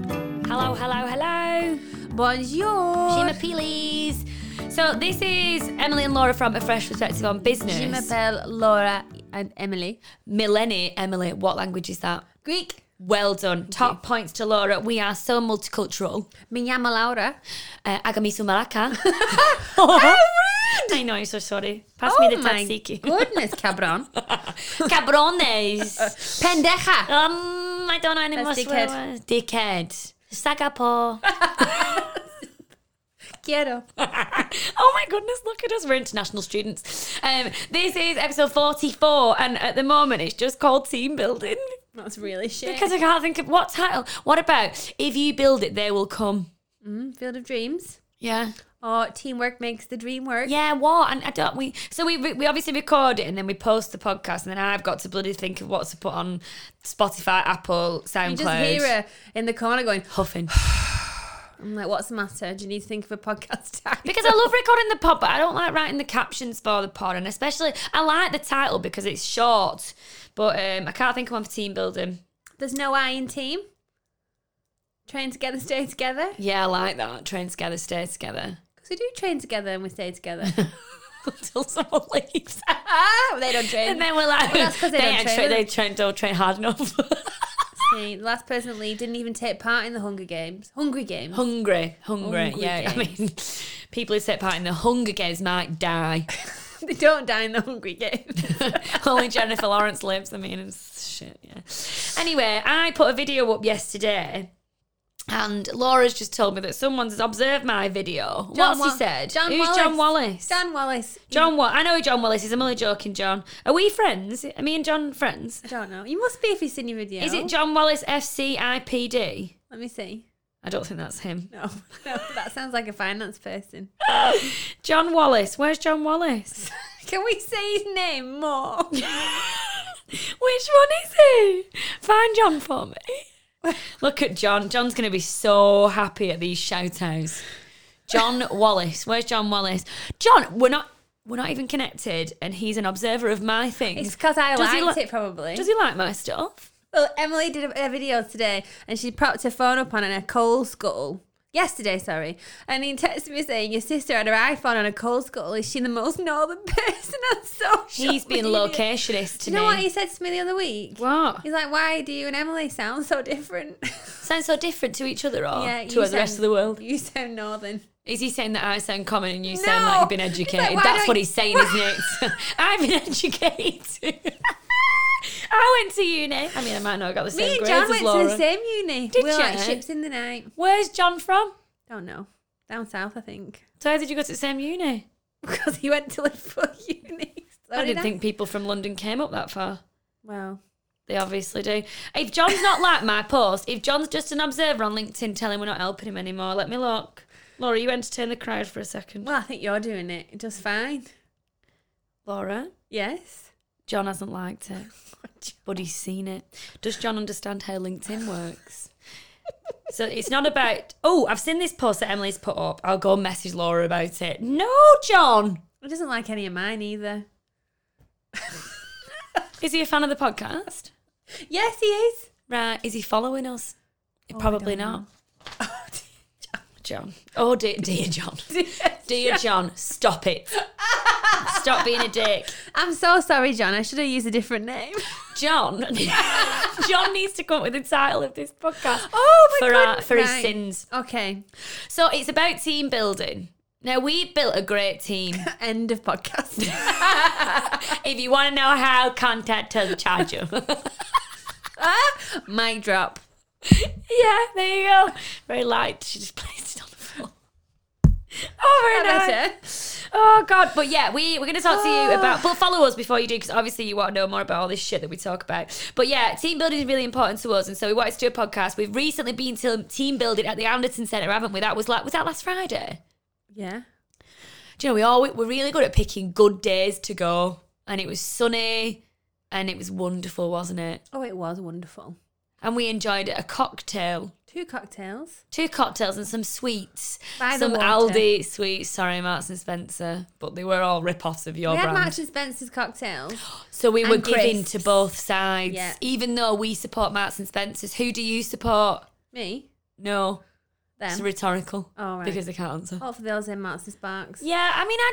Hello, hello, hello. Je Bonjour. m'appelles. So this is Emily and Laura from A Fresh Perspective on Business. Je m'appelle Laura and Emily. Mileni, Emily, what language is that? Greek. Well done. Top points to Laura. We are so multicultural. Me llamo Laura. Uh, agamisu malaka. How rude! I know, I'm so sorry. Pass me Oh the tatsiki. goodness, cabron. Cabrones. Pendeja. um, I don't know any more That's swear dickhead. words. Dickhead. Sagapo. Quiero. oh my goodness, look at us. We're international students. Um, this is episode 44, and at the moment it's just called Team Building That's really shit. because I can't think of what title. What about If You Build It, They Will Come? Field of Dreams. Yeah. Oh, teamwork makes the dream work. Yeah, what? And I don't. We so we we obviously record it and then we post the podcast and then I've got to bloody think of what to put on Spotify, Apple, SoundCloud. You just hear her in the corner going, huffing I'm like, what's the matter? Do you need to think of a podcast tag? because I love recording the pod, but I don't like writing the captions for the pod, and especially I like the title because it's short. But um, I can't think of one for team building. there's no I in team. Train together, stay together. Yeah, I like that. Train together, stay together. Because we do train together and we stay together. Until someone leaves. ah, they don't train. and then we're like, that's 'cause they don't ain't train, tra- is it? they train, don't train hard enough. See, the last person to leave didn't even take part in the Hunger Games. Hungry Games. hungry, hungry. Hungry yeah, I mean, people who take part in the Hunger Games might die. they don't die in the Hungry Games. Only Jennifer Lawrence lives. I mean, it's shit. Yeah. Anyway, I put a video up yesterday. And Laura's just told me that someone's observed my video. What's John Wa- he said? John Who's John Wallace? Stan Wallace. John Wa- I know who John Wallace is. I'm only joking, John. Are we friends? Are me and John friends? I don't know. You must be if you've seen your video. Is it John Wallace FCIPD? Let me see. I don't think that's him. No, no, that sounds like a finance person. John Wallace. Where's John Wallace? Can we say his name more? Which one is he? Find John for me. Look at John. John's going to be so happy at these shout outs. John Wallace. Where's John Wallace? John, we're not we're not even connected and he's an observer of my things. It's because I Does he liked li- it, probably. Does he like my stuff? Well, Emily did a, a video today, and she propped her phone up on a coal scuttle. Yesterday, sorry. And he texted me saying, Your sister had her iPhone on a coal scuttle. Is she the most northern person on social He's been media?" locationist to Do you know me. what he said to me the other week? What? He's like, Why do you and Emily sound so different? Sound so different to each other or Yeah, to you the rest sound- of the world? you sound northern. Is he saying that I sound common and you No. sound like you've been He's like, educated? "Why That's don't what you- he's saying, isn't it? I've been educated. I went to uni. I mean, I might not have got the same Me and grades John as went Laura. to the same uni. Did we were like ya? ships in the night. Where's John from? Don't know. Down south, I think. So how did you go to the same uni? Because he went to Liverpool uni. So I did didn't think people from London came up that far. Well, They obviously do. If John's not like my post, if John's just an observer on LinkedIn telling we're not helping him anymore, let me look. Laura, you entertain the crowd for a second. well, I think you're doing it just fine. Laura, Yes. John hasn't liked it. but he's seen it. Does John understand how LinkedIn works? so it's not about, oh, I've seen this post that Emily's put up. I'll go message Laura about it. No, John. He doesn't like any of mine either. Is he a fan of the podcast? Yes, he is. Right. Is he following us? I Probably Oh, don't not. know. John. Oh, dear, dear John. Dear John, stop it. Stop being a dick. I'm so sorry, John. I should have used a different name. John. John needs to come up with the title of this podcast. Oh for, our, for his Right. sins. Okay. So it's about team building. Now we built a great team. End of podcast. if you want to know how, contact us, charge you. Mic drop. yeah, there you go. Very light. She just placed it on the floor. Oh, very nice. Better. Oh God, but yeah, we we're gonna talk to you about. But follow us before you do, because obviously you want to know more about all this shit that we talk about. But yeah, team building is really important to us, and so we wanted to do a podcast. We've recently been to team building at the Anderton Centre, haven't we? That was like was that last Friday? Yeah. Do you know we all we're really good at picking good days to go, and it was sunny, and it was wonderful, wasn't it? Oh, it was wonderful. and we enjoyed a cocktail, Two cocktails. two cocktails and some sweets, By the some water. Aldi sweets. Sorry, Marks and Spencer, but they were all rip-offs of your we had brand. Marks and Spencer's cocktails. so we were and giving to crisps. both sides, Yeah. even though we support Marks and Spencer's. Who do you support? Me. No, It's Them. rhetorical oh, right. because they can't answer. Hopefully they'll say Marks and Sparks. Yeah, I mean, I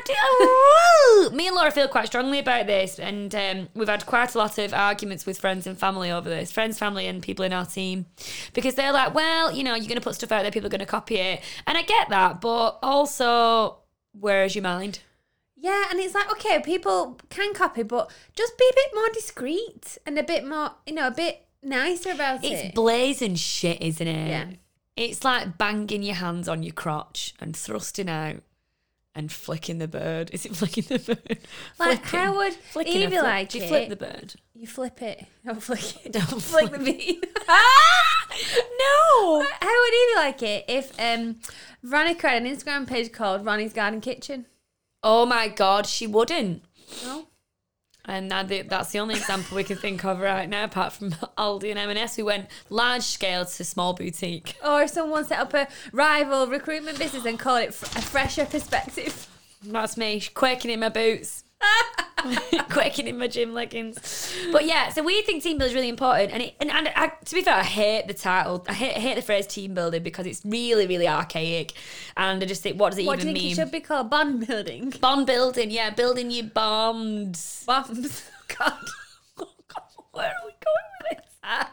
do. me and Laura feel quite strongly about this, and um, we've had quite a lot of arguments with friends and family over this. Friends, family, and people in our team, because they're like, "Well, you know, you're going to put stuff out there, people are going to copy it," and I get that, but also, where is your mind? Yeah, and it's like, okay, people can copy, but just be a bit more discreet and a bit more, you know, a bit nicer about it. It's blazing shit, isn't it? Yeah. It's like banging your hands on your crotch and thrusting out and flicking the bird. Is it flicking the bird? like, Flicking. how would Flicking Evie a flip- like Do you it? flip the bird? You flip it. Don't flick it. Don't flick the flip. bean. No. How would Evie like it if um, Veronica had an Instagram page called Ronnie's Garden Kitchen? Oh my god, she wouldn't. No? And that, that's the only example we can think of right now, apart from Aldi and M&S. We went large scale to small boutique. Or if someone set up a rival recruitment business and called it fr- a fresher perspective. That's me, quaking in my boots. quaking in my gym leggings. But yeah, so we think team building is really important. And, it, and, and I, to be fair, I hate the title. I hate, I hate the phrase team building because it's really, really archaic. And I just think, what does it What do even you think mean? it should be called? Bond building. Bond building, yeah, building your bombs. Bombs. God. Where are we going with this?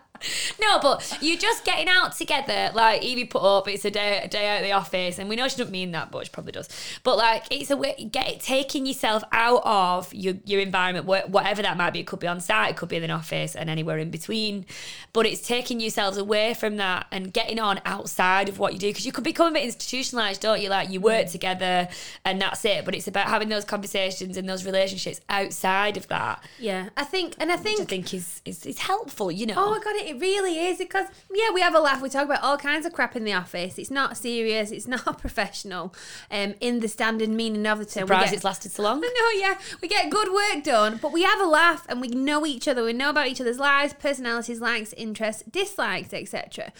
no, but you're just getting out together. Like Evie put up, it's a day a day out of the office, and we know she doesn't mean that, but she probably does. But like, it's a way get it, taking yourself out of your your environment, wh- whatever that might be. It could be on site, it could be in an office, and anywhere in between. But it's taking yourselves away from that and getting on outside of what you do because you could become a bit institutionalized, don't you? Like you work together, and that's it. But it's about having those conversations and those relationships outside of that Yeah, I think, and I which I think think is, is is helpful, you know. Oh my god, it it really is because yeah, we have a laugh. We talk about all kinds of crap in the office. It's not serious. It's not professional. Um, in the standard meaning of the term, we Surprised get- Oh, it's lasted so long. no, yeah, we get good work done, but we have a laugh and we know each other. We know about each other's lives, personalities, likes, interests, dislikes, etc.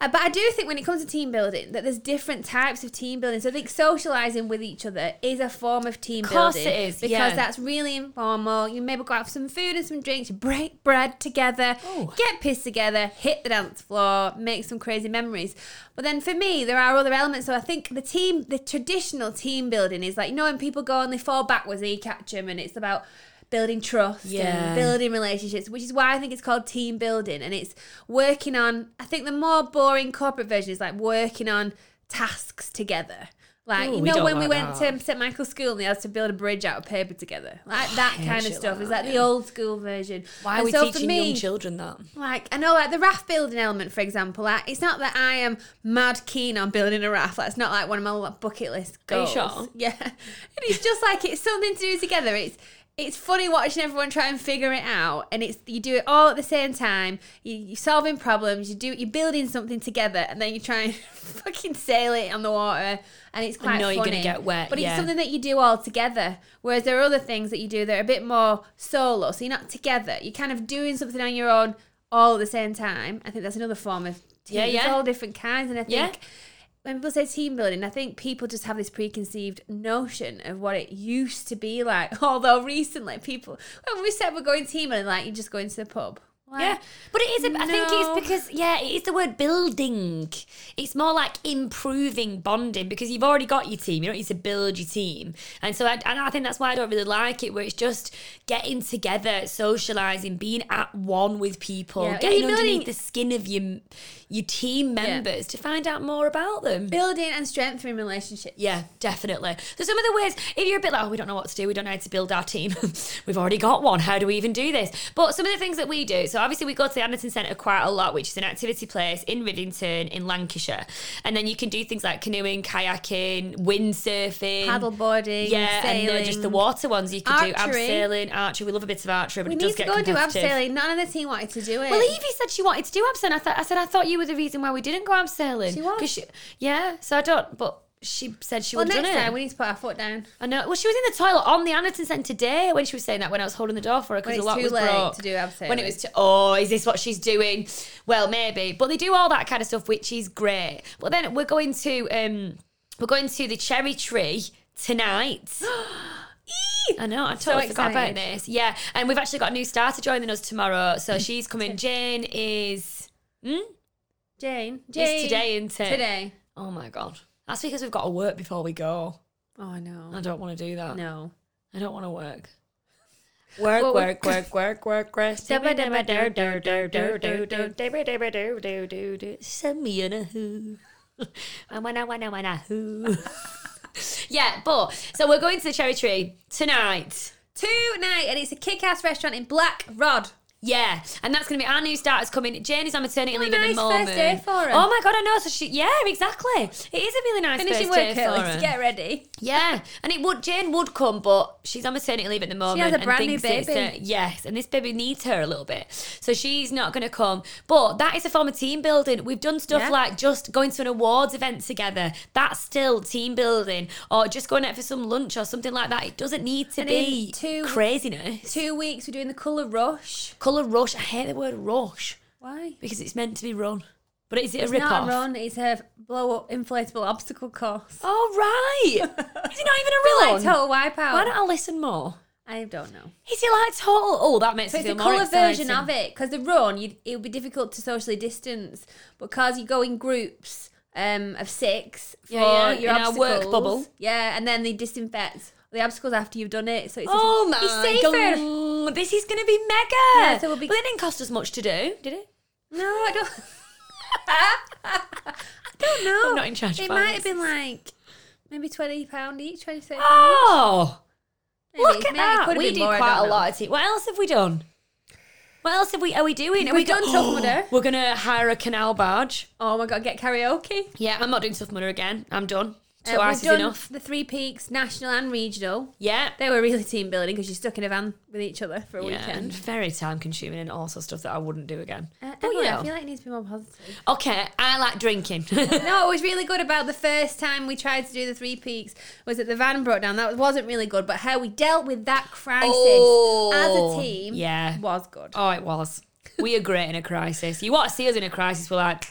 Uh, but I do think when it comes to team building, that there's different types of team building. So I think socializing with each other is a form of team Course building. it is, because yeah. that's really informal. You maybe go out for some food and some drinks. You break bread together, Oh. get pissed together, hit the dance floor, make some crazy memories. But then for me, there are other elements. So I think the team, the traditional team building is like, you know, when people go and they fall backwards and you catch them, and it's about building trust Yeah. and building relationships, which is why I think it's called team building. And it's working on, I think the more boring corporate version is like working on tasks together. Like, Ooh, you we know, don't when we like went that. to St. Michael's School and they had to build a bridge out of paper together. Like that hate kind of shit like stuff. It's that, like the yeah. old school version. Why are And we so for teaching me- young children that? like I know, like the raft building element, for example. Like it's not that I am mad keen on building a raft. Like it's not like one of my like, bucket list Are you goals. sure? Yeah, and it's just like it's something to do together. It's it's funny watching everyone try and figure it out, and it's you do it all at the same time. You, you're solving problems. You do you're building something together, and then you try and fucking sail it on the water, and it's quite. know you're gonna funny. get wet, but it's yeah. something that you do all together. Whereas there are other things that you do that are a bit more solo. So you're not together. You're kind of doing something on your own all at the same time. I think that's another form of team. Yeah, There's yeah. all different kinds. And I think Yeah. when people say team building, I think people just have this preconceived notion of what it used to be like. Although recently people when we said we're going team building, like you just go into the pub. Like, Yeah, but it is. A, I think No. it's because yeah, it is the word building. It's more like improving bonding because you've already got your team. You don't need to build your team, and so I, and I think that's why I don't really like it. Where it's just getting together, socializing, being at one with people, Yeah, getting you're underneath building- the skin of your your team members to find out more about them. Building and strengthening relationships. Yeah, definitely. So some of the ways, if you're a bit like, oh, we don't know what to do, we don't know how to build our team. We've already got one. How do we even do this? But some of the things that we do. So obviously we go to the Anderton Centre quite a lot, which is an activity place in Rivington in Lancashire, and then you can do things like canoeing, kayaking, windsurfing, Paddleboarding, Yeah, sailing. and they're just the water ones you can do. Archery. Abseiling, archery. We love a bit of archery, but We it need does to get go and do competitive. abseiling. None of the team wanted to do it. Well, Evie said she wanted to do abseiling. I, thought I said I thought you were the reason why we didn't go abseiling. She was. 'Cause yeah, so I don't. But she said she well, would have next done it. time we need to put our foot down. I know. Well, she was in the toilet on the Anderton Centre today when she was saying that when I was holding the door for her because When the it's lock too was late broke. to do abseiling. When it was too, oh, is this what she's doing? Well, maybe. But they do all that kind of stuff, which is great. But then we're going to um, we're going to the cherry tree tonight. I know, I totally forgot about excited. this. Yeah, and we've actually got a new starter joining us tomorrow. So she's coming. Jane is Jane. is Jane. today, isn't it? Today. Oh my god. That's because we've got to work before we go. Oh no. I don't want to do that. No. I don't want to work. Work, Well, we- work, work, work, work, rest. Send me in a who. I wanna, wanna, wanna who. yeah, but so we're going to the cherry tree tonight. Tonight, and it's a kick-ass restaurant in Black Rod. Yeah, and that's gonna be our new starters coming. Janie's on maternity leave at the nice moment. first day for her. Oh my god, I know. So she, yeah, exactly. It is a really nice Finishing first day work for early her. to get ready. Yeah, and it would Jane would come, but she's on maternity leave at the moment. has a and brand new thinks it's, baby. uh, yes, and this baby needs her a little bit, so she's not going to come. But that is a form of team building. We've done stuff Yeah. like just going to an awards event together. That's still team building, or just going out for some lunch or something like that. It doesn't need to And in be two- craziness. Two weeks, we're doing the colour rush. Color rush. I hate the word rush Why? because it's meant to be run, but is it a It's rip not off? a run, it's a blow-up inflatable obstacle course. Oh right, is it not even a run? Like total wipeout. Why don't I listen more? I don't know. Is it like total? Oh, that makes So me it's feel a more colour version exciting. of it because the run you, it would be difficult to socially distance because you go in groups um, of six for Yeah, yeah, your in our work obstacles. bubble. Yeah, and then they disinfect the obstacles after you've done it, so it's Oh it's my safer. god! This is going to be mega. Yeah, so we'll be- But it didn't cost us much to do, did it? No, I don't. I don't know. I'm not in charge of Oh, It might finances. have been like maybe twenty pound each, twenty six. Oh, Maybe, look at maybe it that! could have We been did more, I quite a don't know. lot. Of tea. What else have we done? What else have we? Are we doing? Are We've we go- done Tough Mudder. We're going to hire a canal barge. Oh my god, get karaoke. Yeah, I'm not doing Tough Mudder again. I'm done. Two Uh, hours we've is done enough. the three peaks, national and regional. Yeah. They were really team building because you're stuck in a van with each other for a Yeah, and weekend. very time consuming and also stuff that I wouldn't do again. Uh, But, Emily, you I know. feel like it needs to be more positive. Okay, I like drinking. no, it was really good about the first time we tried to do the three peaks was that the van broke down. That wasn't really good, but how we dealt with that crisis as Oh, a team yeah. was good. Oh, it was. We are great in a crisis. You want to see us in a crisis? We're like,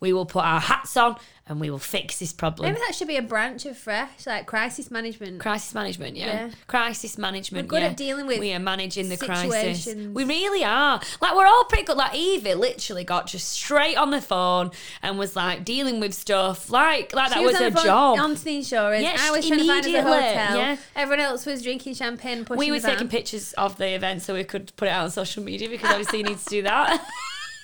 we will put our hats on and we will fix this problem. Maybe that should be a branch of Fresh, like crisis management. Crisis management, yeah. Yeah. Crisis management. We're good yeah. at dealing with We are managing the crisis. situations. We really are. Like we're all pretty good. Like Evie literally got just straight on the phone and was like dealing with stuff. Like like that She was, on her the phone- job. On to the insurance. Yeah, I she- was trying to find us a immediately, hotel. yeah. Everyone else was drinking champagne, pushing we were the van. taking pictures of the event so we could put it out on social media because obviously you need to do that.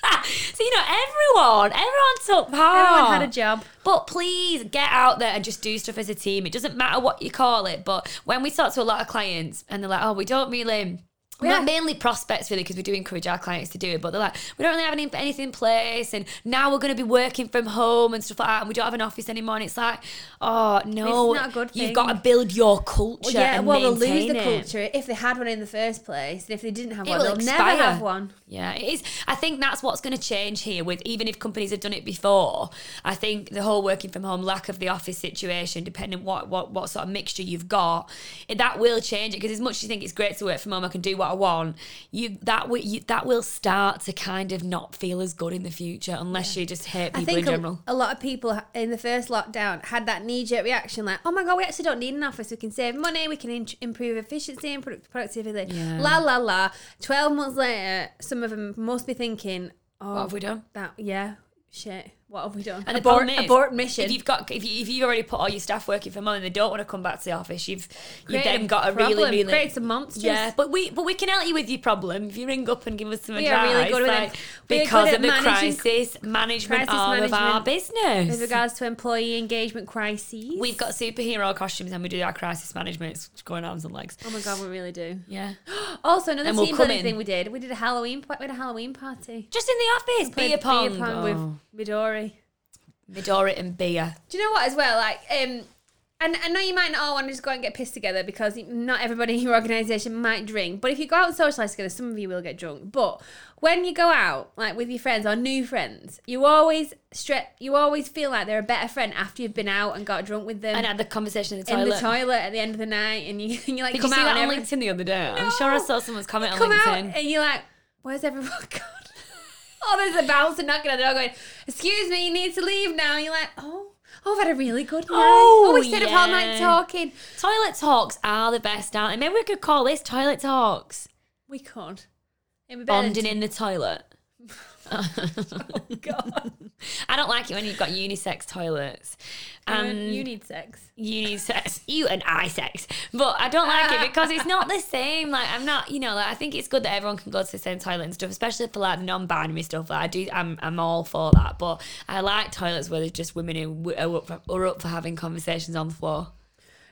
so you know everyone, everyone took part. Everyone had a job. But please get out there and just do stuff as a team. It doesn't matter what you call it. But when we talk to a lot of clients and they're like, oh, we don't really. Yeah. We're mainly prospects, really, because we do encourage our clients to do it. But they're like, we don't really have any, anything in place, and now we're going to be working from home and stuff like that, and we don't have an office anymore. And it's like, oh no, It's not a good you've thing. got to build your culture. Well, yeah, and well, they'll lose maintain the it. culture if they had one in the first place, and if they didn't have It one, will they'll expire. never have one. Yeah, it is. I think that's what's going to change here. With even if companies have done it before, I think the whole working from home, lack of the office situation, depending what what what sort of mixture you've got, it, that will change it. Because as much as you think it's great to work from home, I can do what I want. You that will you, that will start to kind of not feel as good in the future unless you just hate people I in think a, general. a lot of people ha- in the first lockdown had that knee-jerk reaction, like, "Oh my god, we actually don't need an office. We can save money. We can in- improve efficiency and product- productivity." Yeah. La la la. Twelve months later, some of them must be thinking, "Oh, What have we done? that yeah, shit. What have we done?" And the abort, problem is, abort mission. If you've got, if, you, if you've already put all your staff working from home and they don't want to come back to the office, you've you've Create then got a problem, really really create some monsters. Yeah, but we but we can help you with your problem if you ring up and give us some We are advice. really good with like, it. We are good because at of the managing- crisis management crisis arm of our management. business. with regards to employee engagement crises. We've got superhero costumes and we do our crisis management. It's going arms and legs. oh my god, we really do. Yeah, Also, another And team we'll come building in. thing we did. We did a Halloween. pa- We had a Halloween party. just in the office, beer Played pong, with Oh, Midori. Midori and beer. Do you know what as well? Like, um, and I know you might not all want to just go and get pissed together because not everybody in your organisation might drink. But if you go out and socialise together, some of you will get drunk. But when you go out, like with your friends or new friends, you always stre- you always feel like they're a better friend after you've been out and got drunk with them And had the conversation in the in toilet. the toilet at the end of the night, and you and you like Did come you out see that and on every- LinkedIn the other day? I'm No. sure I saw someone's comment come on out LinkedIn. and you're like, where's everyone gone? oh, there's a bouncer knocking on the door going, excuse me, you need to leave now. And you're like, oh, oh, I've had a really good night. Oh, Oh, we stayed up all night yeah. talking. Toilet talks are the best, aren't they? Maybe we could call this toilet talks. We can't. It'd be better than- Bonding in the toilet. God. I don't like it when you've got unisex toilets. Um, And you need sex. unisex, you and I sex. But I don't like it because it's not the same. Like I'm not, you know, like I think it's good that everyone can go to the same toilet and stuff, especially for like the non-binary stuff. Like I do, I'm, I'm all for that. But I like toilets where there's just women who w- are up for, are up for having conversations on the floor.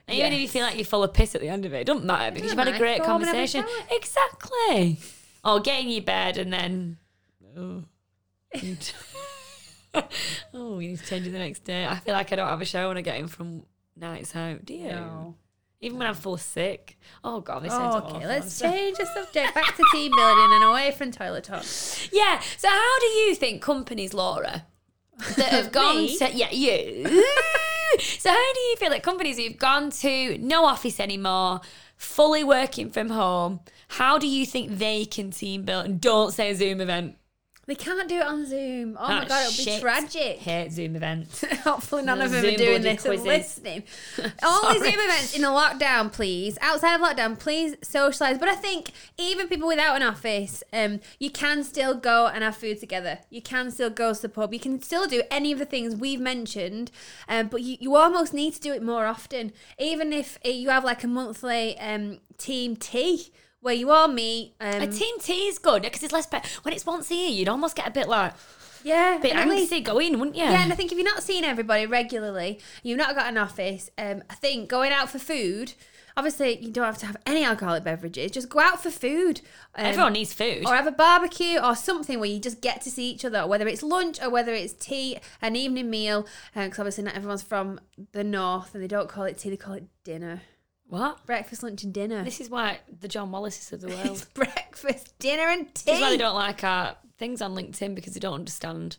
And Even if you Yes. feel like you're full of piss at the end of it, it doesn't matter because doesn't you've had a matter. great Go home and have a conversation. shower. Exactly. Or get in your bed and then. Oh, oh we need to change it the next day. I feel like I don't have a shower when I get in from nights out. Do you? Even when I'm full sick. Oh god, this Oh, sounds Oh, awful. okay, let's change the subject back to team building and away from toilet talk. Yeah. So how do you think companies, Laura, that have gone Me? to yeah you? so how do you feel that companies who've gone to no office anymore, fully working from home? How do you think they can team build? And don't say Zoom event. They can't do it on Zoom. Oh my That god, it'll be shit. tragic. Hate Zoom events. Hopefully, none of them Zoom are doing bloody this and quizzes. listening. All the Sorry. Zoom events in the lockdown, please. Outside of lockdown, please socialise. But I think even people without an office, um, you can still go and have food together. You can still go to the pub. You can still do any of the things we've mentioned, um, but you, you almost need to do it more often. Even if uh, you have like a monthly um, team tea where you all meet. Um, A team tea is good because it's less. Pe- when it's once a year, you'd almost get a bit like yeah, a bit and at least- anxious going, wouldn't you? Yeah, and I think if you're not seeing everybody regularly, you've not got an office. Um, I think going out for food, obviously you don't have to have any alcoholic beverages. Just go out for food. Um, Everyone needs food. or have a barbecue or something where you just get to see each other, whether it's lunch or whether it's tea, an evening meal. Because obviously not everyone's from the north and they don't call it tea; they call it dinner, What? breakfast, lunch, and dinner. This is why the John Wallaces of the world. It's breakfast, dinner, and tea. This is why they don't like our things on LinkedIn because they don't understand.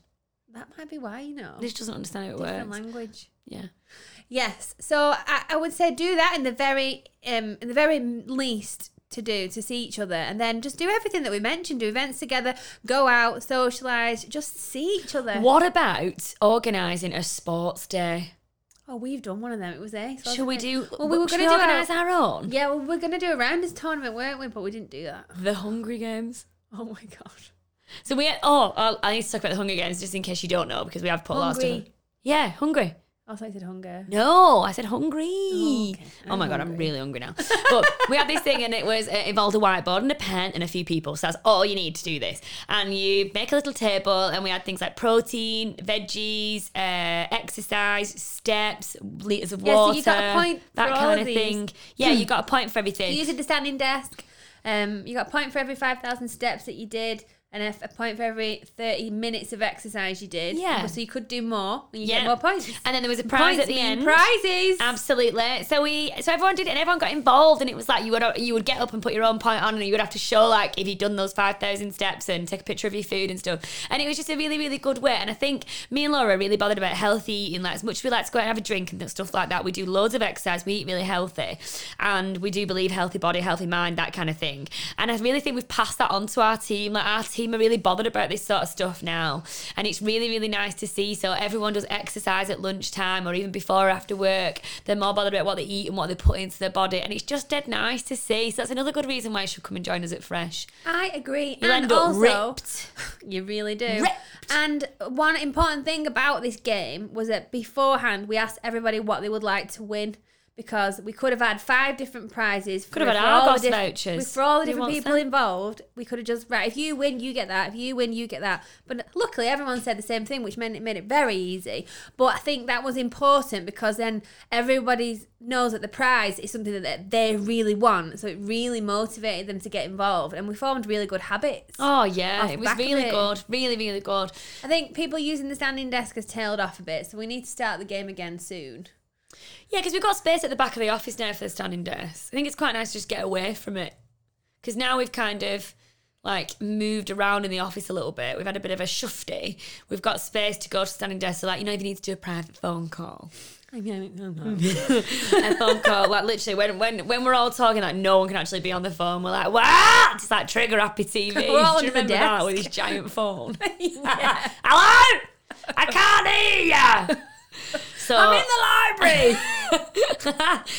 That might be why you know They just doesn't understand how it different works. language. yeah. Yes. So I, I would say do that in the very um in the very least to do to see each other and then just do everything that we mentioned do events together go out socialize just see each other What about organising a sports day? oh we've done one of them it was ace Shall wasn't we it? do? well we were should going to do organise our, our own. yeah well, we were going to do a rounders tournament weren't we but we didn't do that The Hungry Games. oh my gosh So we oh I'll, I need to talk about the Hunger Games just in case you don't know because we have put lots of Hungry. yeah hungry. I thought you said hunger No, I said hungry. Oh, okay. Oh my I'm god, I'm hungry. really hungry now. But we had this thing, and it was it involved a whiteboard and a pen and a few people. So that's all you need to do this. And you make a little table, and we had things like protein, veggies, uh, exercise, steps, liters of Yeah, so water. you got a point that for kind all of of these. thing. Yeah, you got a point for everything. you used the standing desk um you got a point for every 5000 steps that you did and a, a point for every 30 minutes of exercise you did Yeah. so you could do more and you Yeah. get more points and then there was a prize Points at the mean end. Um, Prizes. Absolutely. So we, so everyone did it, and everyone got involved, and it was like you would you would get up and put your own point on, and you would have to show like if you'd done those five thousand steps and take a picture of your food and stuff. And it was just a really really good way. And I think me and Laura are really bothered about healthy eating. Like as much as we like to go out and have a drink and stuff like that, we do loads of exercise. We eat really healthy, and we do believe healthy body, healthy mind, that kind of thing. And I really think we've passed that on to our team. Like our team are really bothered about this sort of stuff now, and it's really really nice to see. So everyone does exercise at lunchtime or even before or after work. They're more bothered about what they eat and what they put into their body, and it's just dead nice to see. So that's another good reason why you should come and join us at Fresh. I agree. You'll and end up also, ripped. You really do. Ripped. And one important thing about this game was that beforehand we asked everybody what they would like to win because we could have had five different prizes. Could have had Argos vouchers. for all the Who different wants people that? involved. We could have just right. If you win, you get that. If you win, you get that. But luckily, everyone said the same thing, which meant it made it very easy. But I think that was important because then everybody knows that the prize is something that they really want, so it really motivated them to get involved, and we formed really good habits. Oh yeah, Off it the was back of really it. good, really really good. I think people using the standing desk has tailed off a bit, so we need to start the game again soon. Yeah, because we've got space at the back of the office now for the standing desk. I think it's quite nice to just get away from it. Because now we've kind of like moved around in the office a little bit. We've had a bit of a shufty. We've got space to go to standing desk. So, like, you know, if you need to do a private phone call, a phone call, like, literally, when, when when we're all talking, like, no one can actually be on the phone. We're like, what? It's like trigger happy TV. We're all Do you under the remember that desk. with his giant phone? Yeah. Hello? I can't hear you. So, I'm in the library.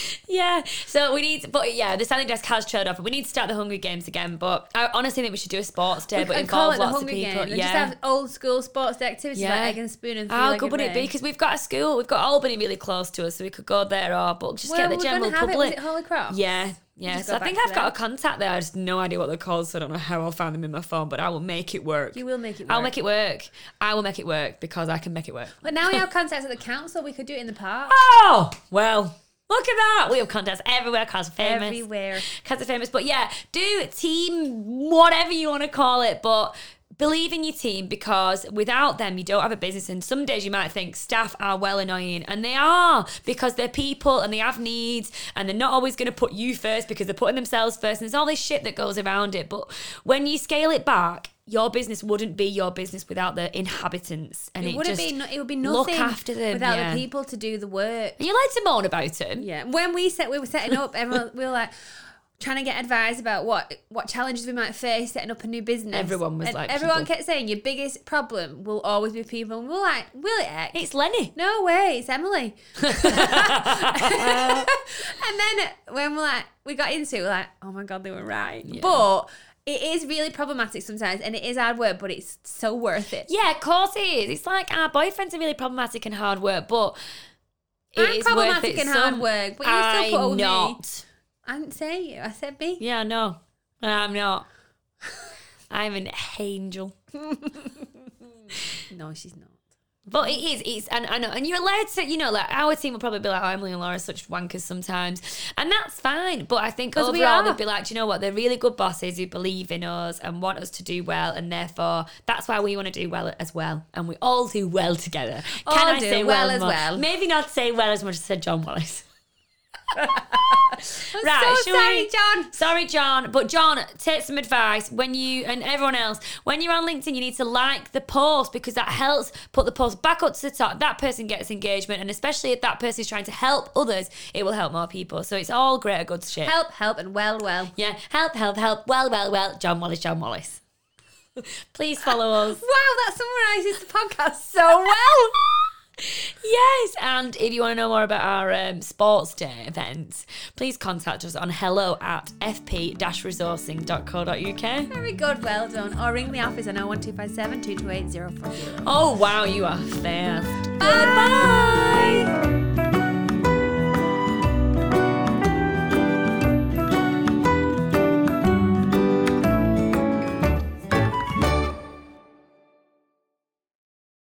yeah. So we need, but yeah, the standing desk has chilled off. We need to start the Hunger Games again. But I honestly think we should do a sports day, but and involve the lots of Hunger people. Games. and Just Yeah. have old school sports day activities Yeah. like egg and spoon and How three-legged good would it be? race. Because we've got a school, we've got Albany really close to us, so we could go there or but just Well, get the we're general gonna have it. Was public. it Holy Cross? Yeah, yeah. just So I go think back I've to got a them. contact there. I just no idea what they're called, so I don't know how I'll find them in my phone, but I will make it work. You will make it I'll work. make it work. I will make it work because I can make it work. But now we have contacts at the council. We could do it in the park. Oh well, look at that. We have contests everywhere. Cars are famous. Everywhere. Cars are famous. But yeah, do team whatever you want to call it, but. Believe in your team because without them, you don't have a business. And some days you might think staff are well annoying, and they are because they're people and they have needs, and they're not always going to put you first because they're putting themselves first. And there's all this shit that goes around it. But when you scale it back, your business wouldn't be your business without the inhabitants. And it, It would just be. no- It would be nothing look after them, without yeah. the people to do the work. you like to moan about him. Yeah. When we set, we were setting up. Everyone, we were like trying to get advice about what what challenges we might face setting up a new business. Everyone was And like everyone people. kept saying your biggest problem will always be people. And we we're like, will it? X? It's Lenny. no way, it's Emily. and then when we're like, we got into it, we're like, oh my God, they were right. But it is really problematic sometimes and it is hard work, but it's so worth it. Yeah, of course it is. It's like our boyfriends are really problematic and hard work, but it I'm is problematic worth it and hard some- work, but you still I'm put over me. not. I didn't say you, I said me. Yeah, no, I'm not. I'm an angel. No, she's not. But it is, it's, and I know, and you're allowed to, you know, like our team will probably be like, oh, Emily and Laura are such wankers sometimes. And that's fine. But I think 'Cause we overall, are. they'd be like, do you know what? They're really good bosses who believe in us and want us to do well. And therefore, that's why we want to do well as well. And we all do well together. All Can I do say well well, as more? well. Maybe not say well as much as I said John Wallace. I'm Right, so shall sorry, we- John. Sorry, John, but John, take some advice when you and everyone else when you're on LinkedIn, you need to like the post because that helps put the post back up to the top. That person gets engagement, and especially if that person is trying to help others, it will help more people. So it's all greater good shit. Help, help, and well, well. Yeah, help, help, help. Well, well, well. John Wallace, John Wallace. Please follow us. Wow, that summarises the podcast so Oh, well. Yes, and if you want to know more about our um, sports day events, please contact us on hello at fp-resourcing.co.uk. Very good, well done. Or ring the office on 01257 228 Oh wow, you are fast. Bye.